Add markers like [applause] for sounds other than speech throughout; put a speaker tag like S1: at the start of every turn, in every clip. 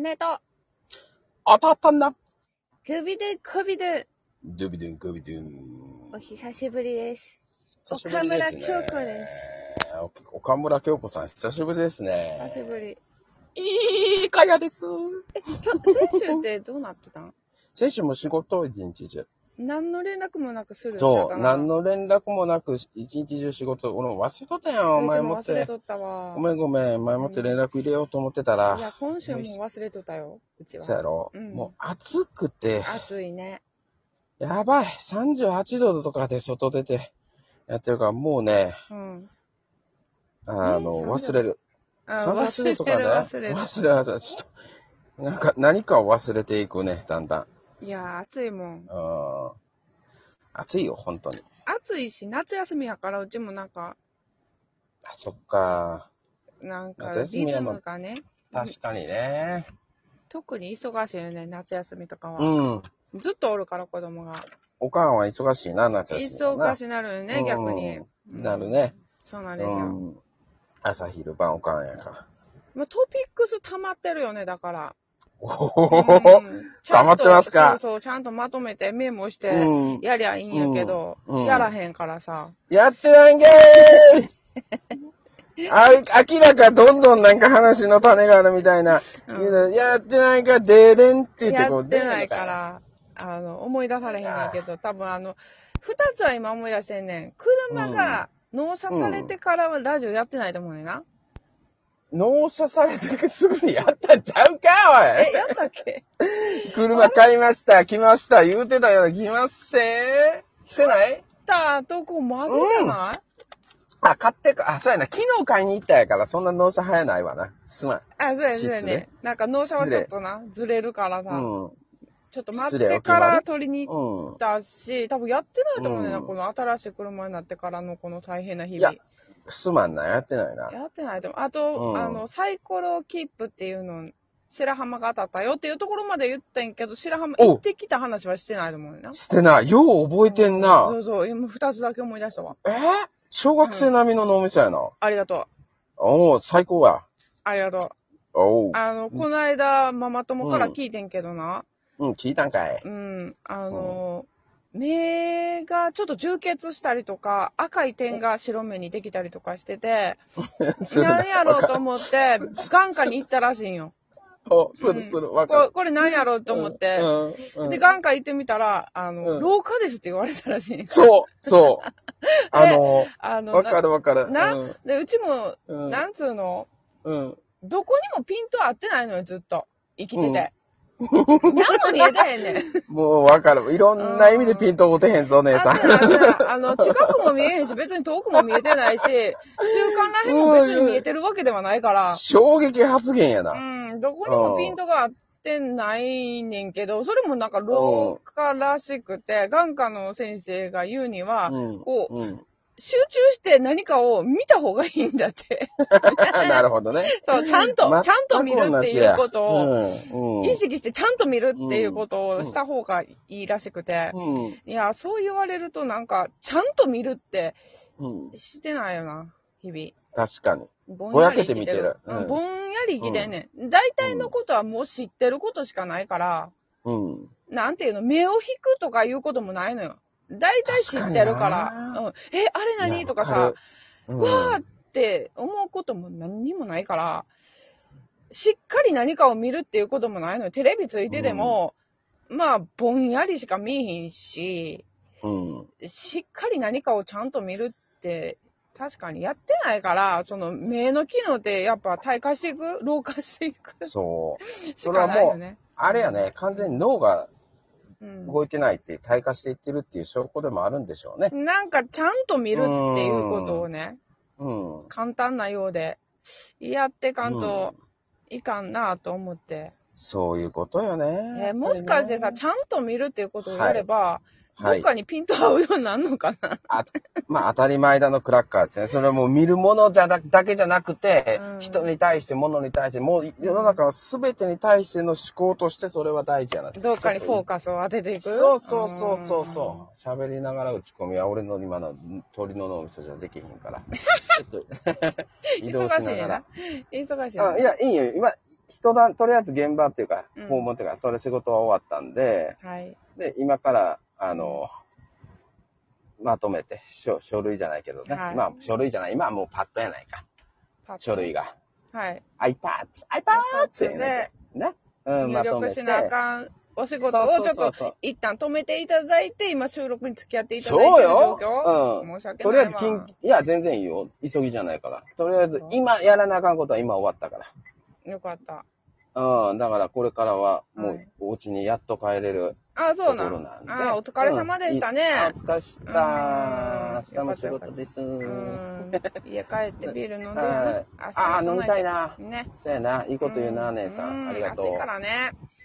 S1: 姉と
S2: 当たったんだ
S1: グビドゥグビドゥ
S2: ドゥビドゥン、グビドゥン
S1: お。久しぶりです。
S2: 久しぶりです
S1: 岡
S2: ね
S1: 村京子で
S2: お岡村京子さん、久しぶりですね。
S1: 久しぶり。
S2: いいかやです。
S1: 今日、先週ってどうなってたん [laughs]
S2: 選手も仕事一日中。
S1: 何の連絡もなくする
S2: そう、何
S1: の
S2: の連絡もなく、一日中仕事、俺も忘れとったやん、前もっ
S1: 忘れ
S2: て。
S1: とったわ。
S2: ごめんごめん、前もって連絡入れようと思ってた
S1: い
S2: ら、
S1: や、今週もう忘れとったよ、うち
S2: そうや
S1: は。
S2: ろ、
S1: うん
S2: もう暑くて、
S1: 暑いね。
S2: やばい、38度とかで外出てやってるから、もうね、
S1: うん。
S2: あの、
S1: ね
S2: 忘れる。
S1: あ
S2: 忘れとかね。
S1: 忘れる。
S2: 忘れ忘れちょっと、なんか、何かを忘れていくね、だんだん。
S1: いや、暑いもん。
S2: うん。暑いよ、本当に。
S1: 暑いし、夏休みやから、うちもなんか、
S2: あ、そっか。
S1: なんか
S2: 夏、休み
S1: リ
S2: や
S1: ズ
S2: もん
S1: ムがね、
S2: 確かにね。
S1: 特に忙しいよね、夏休みとか
S2: う
S1: は。
S2: ん。
S1: ずっとおるから、子供が。
S2: おかんは忙しいな、夏休みはな。
S1: 忙しなるよね、逆に
S2: うん。なるね。
S1: そうなん
S2: う
S1: ですよ。
S2: ん。朝昼晩おかんやから。
S1: まあ、トピックス溜まってるよね、だから。
S2: おほ
S1: う
S2: ほほほ。
S1: ん
S2: 溜まってますか
S1: そうそう、ちゃんとまとめてメモし
S2: う
S1: て、
S2: ん。
S1: やりゃいいんやけど、
S2: うんうん
S1: やらへんからさ。
S2: やってないんけーいあい明らかどんどんなんか話の種があるみたいな。
S1: うん
S2: 言うのやってないか、でれんって言って
S1: や
S2: こう
S1: っ
S2: 出
S1: て
S2: れんの
S1: ないか。ら、あの、思い出されへんねんけど、多分あの、二つは今思い出してんねん。車が納車されてからはラジオやってないと思うねんな。
S2: 納車されてすぐにやったんちゃうか、
S1: え、やったっけ
S2: おい車買いました、来ました、言うてたような、来ますせーしてない
S1: やったとこまずじゃない、
S2: あ、買ってか、あ、そうやな、昨日買いに行ったやから、そんな納車早ないわな。すまん。
S1: あ、そうやね、そうや
S2: 失礼
S1: ね。なんか納車はちょっとな、ずれるからさ、
S2: うん。
S1: ちょっと待っ
S2: 失礼
S1: て
S2: お決ま
S1: か
S2: り
S1: ら取りに行っ
S2: うん。
S1: だし、多分やってないと思うねんな、
S2: うん
S1: この新しい車になってからのこの大変な日
S2: いや
S1: 々。
S2: すまんな、やってないな。
S1: やってないと思う。あと、
S2: うん
S1: あの、サイコロ切符っていうの、白浜が当たったよっていうところまで言ってんけど、白浜
S2: お
S1: 行ってきた話はしてないと思うねんな。
S2: してない。よう覚えてんな。
S1: そうそう、今二つだけ思い出したわ。
S2: えー小学生並みの脳みそやな。
S1: ありがとう。
S2: おお最高や。
S1: ありがとう。
S2: おお
S1: あの、この間、ママ友から聞いてんけどな、
S2: うん、聞いたんかい。
S1: うん、あの、目がちょっと充血したりとか、赤い点が白目にできたりとかして
S2: [laughs]
S1: て、
S2: するな
S1: 何やろうと
S2: わ
S1: 思って、眼科に行ったらしいんよ。
S2: かおするする、わ
S1: こ
S2: か
S1: れ、
S2: る。
S1: これ何やろうと思って。
S2: うんうん
S1: で、眼科行ってみたら、あの、
S2: うん
S1: 老化ですって言われたらし
S2: [laughs]
S1: いね。
S2: そう、
S1: [laughs]
S2: そう。あの、
S1: あの、
S2: わか
S1: な
S2: るわかる。
S1: な
S2: うん
S1: で、うちも、
S2: うん
S1: なんつうの、
S2: うん。
S1: どこにもピント合ってないのよ、ずっと。生きてて。 [laughs] 何も見えたへんねん。
S2: もうわかる。いろんな意味でピント合うてへんぞ、姉
S1: 合
S2: さ
S1: ってない合ってないあの、近くも見えへんし、別に遠くも見えてないし、中間らへんも別に見えてるわけではないから
S2: ん。、衝撃発言やな。
S1: うん、どこにもピントが合ってないねんけど、それもなんか老化らしくて、眼科の先生が言うには、
S2: うん。
S1: こう、
S2: うん。 [laughs]
S1: 集中して何かを見た方がいいんだって。 [laughs]
S2: なるほどね。
S1: そう、ちゃんと、ちゃんと見るっていうことを、
S2: を
S1: 意識してちゃんと見るっていうことをした方がいいらしくて。
S2: うん。
S1: いや、そう言われるとなんか、ちゃんと見るって
S2: うん。うん。
S1: してないよな、日
S2: 確かに。
S1: 々。ぼ
S2: ぼやけて見てる
S1: うん
S2: うん
S1: ぼんやり生きてんねん。大体のことはもう知ってることしかないから、
S2: うん。
S1: なんていうの、目を引くとかいうこともないのよ。大体知ってるから、
S2: 確かにな
S1: うん、え、あれ何とかさ、
S2: いや、わ
S1: わー
S2: か
S1: っ
S2: る
S1: て思うことも何にもないから、しっかり何かを見るっていうこともないのよ。テレビついてても、まあ、ぼんやりしか見えへんし、
S2: うん。うん。
S1: しっかり何かをちゃんと見るって、確かにやってないから、その目の機能ってやっぱ退化していく老化していく
S2: そう。
S1: し
S2: それ
S1: か
S2: は
S1: ない
S2: も
S1: よ
S2: う、
S1: ね。
S2: あれやね、完全に脳が
S1: うん
S2: 動いてないって、退化していってるっていう証拠でもあるんでしょうね。
S1: なんかちゃんと見るっていうことをね、
S2: うん。
S1: 簡単なようで、やってかんといかんなと思って。
S2: そういうことよね。
S1: えーもしかしてさ、ちゃんと見るっていうことをやれば、
S2: は
S1: どっ
S2: い。
S1: かにピント合うようになるのか
S2: [laughs]
S1: な。
S2: まあ、当たり前だのクラッカーですね。それはもう見るものじゃだだけじゃなくて、
S1: うん
S2: 人に対して、物に対して、もう世の中は全てに対しての思考としてそれは大事やな。
S1: どっかにフォーカスを当てていく。
S2: そうそうそうそうそう。喋りながら打ち込みは俺の今の鳥の脳みそじゃできへん
S1: [laughs]
S2: から。ちょっと [laughs]
S1: 忙しいな。忙しい
S2: あ、
S1: な。
S2: いや、いいよ。今、一段、とりあえず現場っていうか
S1: うん、
S2: 訪問っていうか、それ仕事は終わったんで、
S1: はい。
S2: で、今から、あの、まとめて、書書類じゃないけどね。
S1: はい
S2: まあ、書類じゃない。今はもうパッドやないか。
S1: パッと
S2: 書。類が。
S1: はい。
S2: iPad、iPad やね。ね。う
S1: 入力しなあかんお仕事をちょっ
S2: そうそうそ
S1: と
S2: うそう
S1: 一旦止めていただいて、今収録に付き合っていただい
S2: そう
S1: てる状
S2: よ
S1: 況、
S2: うん
S1: 申し訳な
S2: と
S1: い
S2: りあえず
S1: わ
S2: 緊、いや、全然いいよ。急ぎじゃないから。とりあえず
S1: そう、
S2: 今やらなあかんことは今終わったか
S1: よかった。
S2: ら。うん。だから、これからは、も
S1: は
S2: う
S1: い、
S2: お家にやっと帰れる
S1: あ、
S2: と
S1: そう
S2: こ
S1: な
S2: ろ
S1: ん。
S2: なんで。
S1: あ、お疲れ様でした
S2: うん。あ
S1: ね
S2: お。疲れした
S1: うん。
S2: 明日も仕事です。
S1: うん。家帰ってビール飲んで
S2: [laughs] は
S1: や
S2: い
S1: な。明
S2: ああ、
S1: 日も
S2: 飲
S1: 備
S2: み
S1: え
S2: たい
S1: て。
S2: な。
S1: ね。
S2: そうやな。いいこと言うな、姉
S1: う
S2: さ。
S1: ん
S2: ありがとう。
S1: 暑いからね。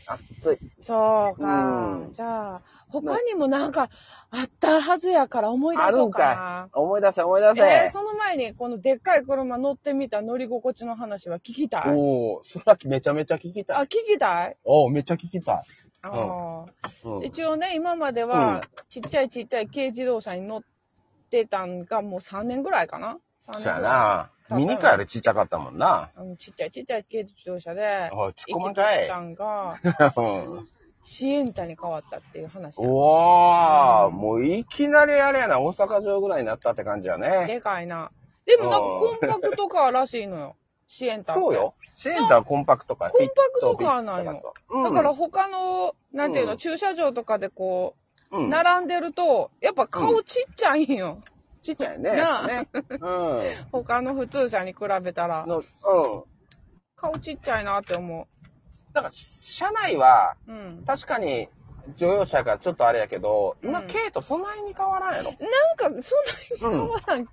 S2: 暑い。
S1: そうか
S2: う。ん
S1: じゃあ、他にもなんかあったはずやから思い出そうかな。
S2: 思い出せ、思い出せ。
S1: えー、その前に、このでっかい車乗ってみた乗り心地の話は聞きたい。
S2: おお、そらめちゃめちゃ聞き
S1: あ、
S2: たい。
S1: 聞きたい
S2: おお、めっちゃ聞きたい。
S1: あー、
S2: うん
S1: 一応ね、今までは、ちっちゃいちっちゃい軽自動車に乗ってたんが、もう3年ぐらいかな3
S2: そ
S1: 年
S2: う
S1: ぐら
S2: や
S1: い。
S2: な。ミニカーよりちっちゃかったもんな。
S1: うんちっちゃいちっちゃい軽自動車で、
S2: おい、突っ込む
S1: 生
S2: ん
S1: き
S2: か
S1: て
S2: い
S1: た。んが、
S2: うん
S1: シエンタに変わったっていう話や。
S2: お
S1: う
S2: ー、
S1: ん
S2: もういきなりあれやな、大阪城ぐらいになったって感じやね。
S1: でかいな。でもなんかコンパクトカーらしいのよ。シエンタって。
S2: そうよ。シェンターコンパクトか。
S1: コンパクトカーなんよ
S2: フィットビッツとかと。
S1: だから他の、なんていうの、
S2: うん
S1: 駐車場とかでこう、
S2: うん、うん、
S1: 並んでると、やっぱ顔ちっちゃいんよ。
S2: ちっちゃいね。
S1: なあ
S2: ね。うん。
S1: 他の普通車に比べたら。
S2: の、うん。
S1: 顔ちっちゃいなって思
S2: だから、車内は、
S1: う。うん。
S2: 確かに、乗用車がちょっとあれやけど、今、
S1: うん
S2: 軽とそんなに変わらんやろ。
S1: なんか、そんなに変わらん
S2: う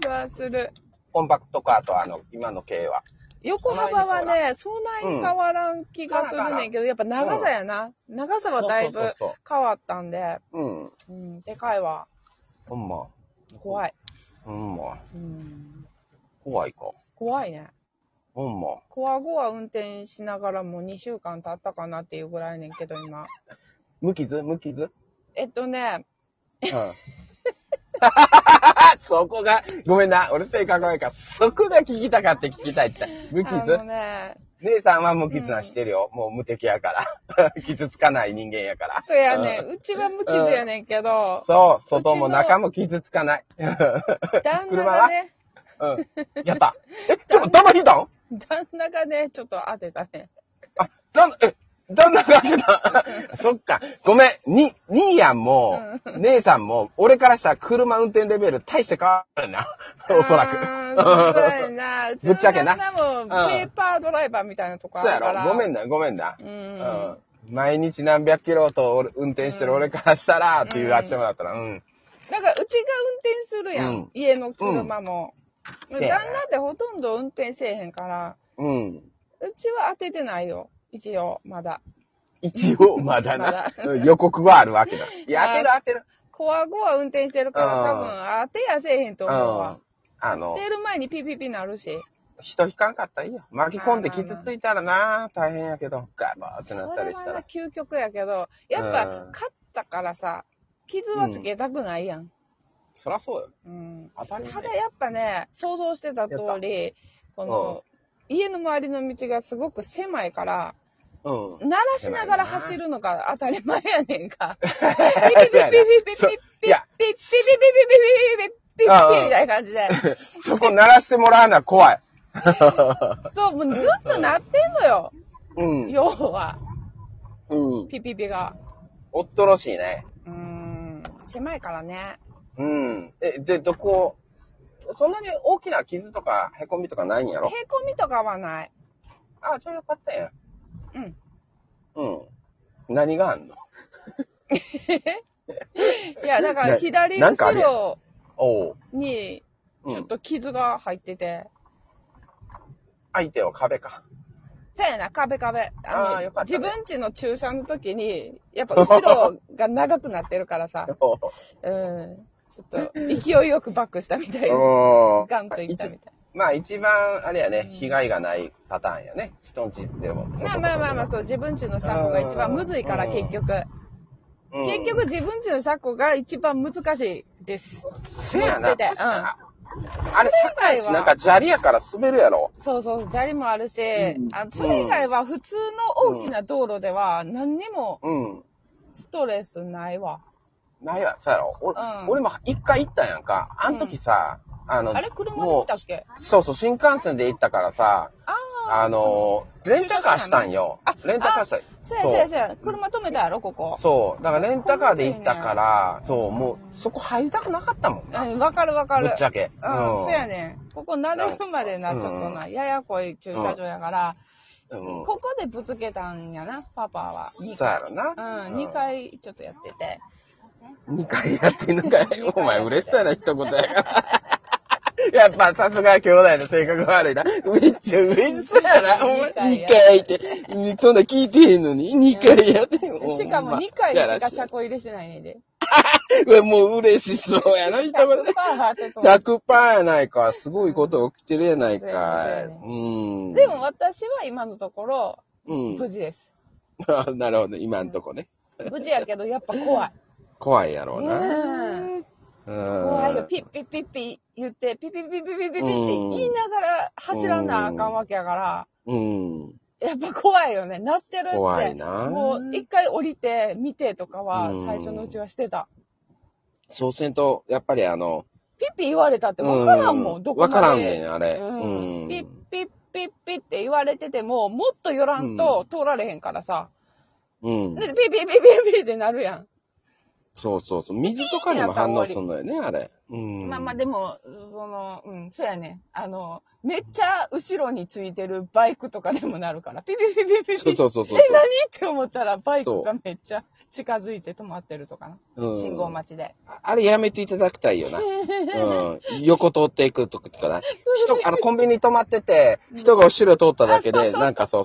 S1: 気がする。
S2: コンパクトカーとあの、今の軽は。
S1: 横幅はね、そんなに変わらん気がするねんけど、やっぱ長さやな。長さはだいぶ
S2: そうそう
S1: 変わったんで、
S2: そううん。
S1: うん、でかいわ。
S2: ほんま。
S1: 怖い。
S2: ほんま。
S1: うん、
S2: 怖いか。
S1: 怖いね。
S2: ほんま。
S1: こわごわ運転しながらもう2週間経ったかなっていうぐらいねんけど、今。
S2: 無傷無傷
S1: えっとね、
S2: うん。 [laughs] そこが、ごめんな。俺性格悪いから、そこが聞きたかって聞きたいって。無
S1: あ
S2: 傷
S1: のね、
S2: 姉さんは無傷なしてるよ。もう無敵やから。 [laughs] 傷つかない人間やから。
S1: そうやね、うちは無傷やねんけど、
S2: そう、外も中も傷つかない。
S1: 旦那がね、
S2: うん。やった。え、ちょっと頭引いたん
S1: 旦那がね、ちょっと当てたね。
S2: 旦那、え、旦那が開け
S1: [laughs]
S2: た。そっか。ごめん。に、兄やんも、姉さんも、俺からしたら車運転レベル大して変わらんな。おそらく。
S1: あーそうやな。うちの
S2: ぶっちゃけな
S1: 旦那もペーパードライバーみたいなとこ
S2: [laughs] そう
S1: あ
S2: や
S1: るから。
S2: ろ。ごめんな、ごめんな
S1: う。
S2: うんん。。毎日何百キロと俺運転してる俺からしたら、っていうあっちもだったら、うん。
S1: なんか、うちが運転するやん。
S2: うん
S1: 家の車も。
S2: うん
S1: 旦那ってほとんど運転せえへんから、
S2: うん。
S1: うちは当ててないよ。一応、まだ。
S2: 一
S1: [laughs]
S2: 応、まだ
S1: ま
S2: な
S1: だ。
S2: うん予告はあるわ
S1: [laughs]
S2: けだ。いや、当てる当てる。
S1: こわごわ運転してるから、多分当てやせえへんと
S2: う
S1: 思うわ
S2: ん。。あ
S1: 当
S2: の、
S1: てる前にピピピなるし。
S2: 人引かんかったらいいよ。巻き込んで傷ついたらな、大変やけど、ガバーってなったりし
S1: それ
S2: た
S1: はな。
S2: ら
S1: 究極やけど、やっ
S2: う
S1: ぱ
S2: ん、
S1: 勝ったからさ、傷はつけたくないやん。
S2: そらそうよ。
S1: うん。
S2: 当たり
S1: た
S2: 前
S1: だやっぱね、想像してた通り、この、家の周りの道がすごく狭いから、
S2: うん。
S1: 鳴らしながら走るのが当たり前やねんか。ピピピピピピピピピピピピピピピピ
S2: そうや
S1: ピピピみたいな感じで。
S2: そこ鳴らしてもらうのは怖い。
S1: そう、もうずっと鳴ってんのよ。
S2: うん。
S1: 要は、
S2: うん。
S1: ピピピが。
S2: おっとろしいね。
S1: うん。狭いからね。
S2: うん。え、で、どこ、そんなに大きな傷とか、へこみとかないんや
S1: へ
S2: ろ
S1: こみとかはない。
S2: あ、ちょうどよかったやん。
S1: うん。
S2: うん。何があんの
S1: いや、だから
S2: な
S1: 左
S2: なんか
S1: 後
S2: あるやん
S1: ろ
S2: おう。
S1: に、
S2: う
S1: ちょっ
S2: ん。
S1: と傷が入ってて。
S2: 相手は壁か。
S1: そうやな、壁壁。
S2: あー
S1: あ
S2: よ
S1: の、
S2: かったね。
S1: 自分ちの駐車の時に、やっぱ後ろが長くなってるからさ
S2: [laughs] おう
S1: うん。ちょっと、勢いよくバックしたみたいな。
S2: おう
S1: ガンといったみたい
S2: まあ一番、あれやね、
S1: うん
S2: 被害がないパターンやね。人んちでも。
S1: な。まあまあまあまあ、そう、自分ちの車庫が一番むずいから、
S2: うん
S1: 結局。
S2: うん
S1: 結局、自分ちの車庫が一番難しいです。
S2: せや
S1: 持
S2: な。
S1: っててうん
S2: 確かあれ、坂やし、なんか砂利やから滑るやろ。
S1: そうそう、砂利もあるし、
S2: うん
S1: あそれ以外は普通の大きな道路では何にも
S2: うん。
S1: ストレスないわ。
S2: ないわ、そうやろ。俺,、
S1: うん
S2: 俺も一回行ったやんか。あの時さ、あの、
S1: あれ車で来たっけ
S2: もうそうそう、新幹線で行ったからさ、
S1: ああ。
S2: あの、レンタカーしたんよ
S1: あ。
S2: レンタカーした
S1: そうやそうやそうや。車止めたやろ、ここ。
S2: そう。だからレンタカーで行ったから、そう、もう、そこ入りたくなかったもんな。
S1: うんわかるわか
S2: ぶ
S1: る
S2: っ。ちゃけ。
S1: うん、そうやねん。ここ慣れるまでな、ち
S2: う
S1: ょ
S2: ん
S1: っとな、ややこい駐車場やから、
S2: うん。
S1: ここでぶつけたんやな、パパは。
S2: そうやろ
S1: う
S2: な。
S1: ん、2。回ちょっとやってて。
S2: 2回やってんのかい
S1: 二回やって
S2: お前嬉しそうやな、一言やから。 [laughs] やっぱさすが兄弟の性格悪いな。めっちゃ嬉しそうやな。お前
S1: 二回
S2: 2回って。そんな聞いてへんのに、2回やってんの。
S1: しかも2回でしか車庫入れしてないねんで。
S2: うわもう嬉しそうやな、一言で。
S1: 100%当てとん
S2: 100%やないか。すごいこと起きてるやないかい。
S1: そうやね
S2: うん。
S1: でも、私は今のところ、
S2: うん。 [laughs]
S1: 無事です。
S2: あなるほど、今んとこね。
S1: 無事やけど、やっぱ怖い。
S2: 怖いやろうな。
S1: う
S2: うん
S1: ん。怖いよ。ピッピッピッピ言って、ピピピピピピピって言いながら走らなあかんわけやから、
S2: うん。
S1: やっぱ怖いよね。なってるって。
S2: 怖いな。
S1: もう一回降りて見てとかは
S2: うん
S1: 最初のうちはしてた。
S2: そうせんと、やっぱりあの、
S1: ピッピ言われたってわからんもん、
S2: う
S1: どこまで。
S2: わからんねん、あれ。
S1: うん
S2: うん
S1: ピッピッピッピって言われてても、もっと寄らんと通られへんからさ。
S2: うん。
S1: で、ピッピッピッピッピッってなるやん。
S2: そうそうそう。水とかにも反応すんのよね、あれ。うん。
S1: まあまあでも、その、うん、そうやね。あの、めっちゃ後ろについてるバイクとかでもなるから、ピピピピピピ
S2: そうそうそうそう。
S1: え、何って思ったらバイクがめっちゃ近づいて止まってるとか
S2: う
S1: な。
S2: ん
S1: 信号待ちで。
S2: あれやめていただきたいよ
S1: [laughs]
S2: な。うん。横通っていくとかな。人、あの、コンビニ止まってて、人が後ろ通っただけで、なんかそうそう、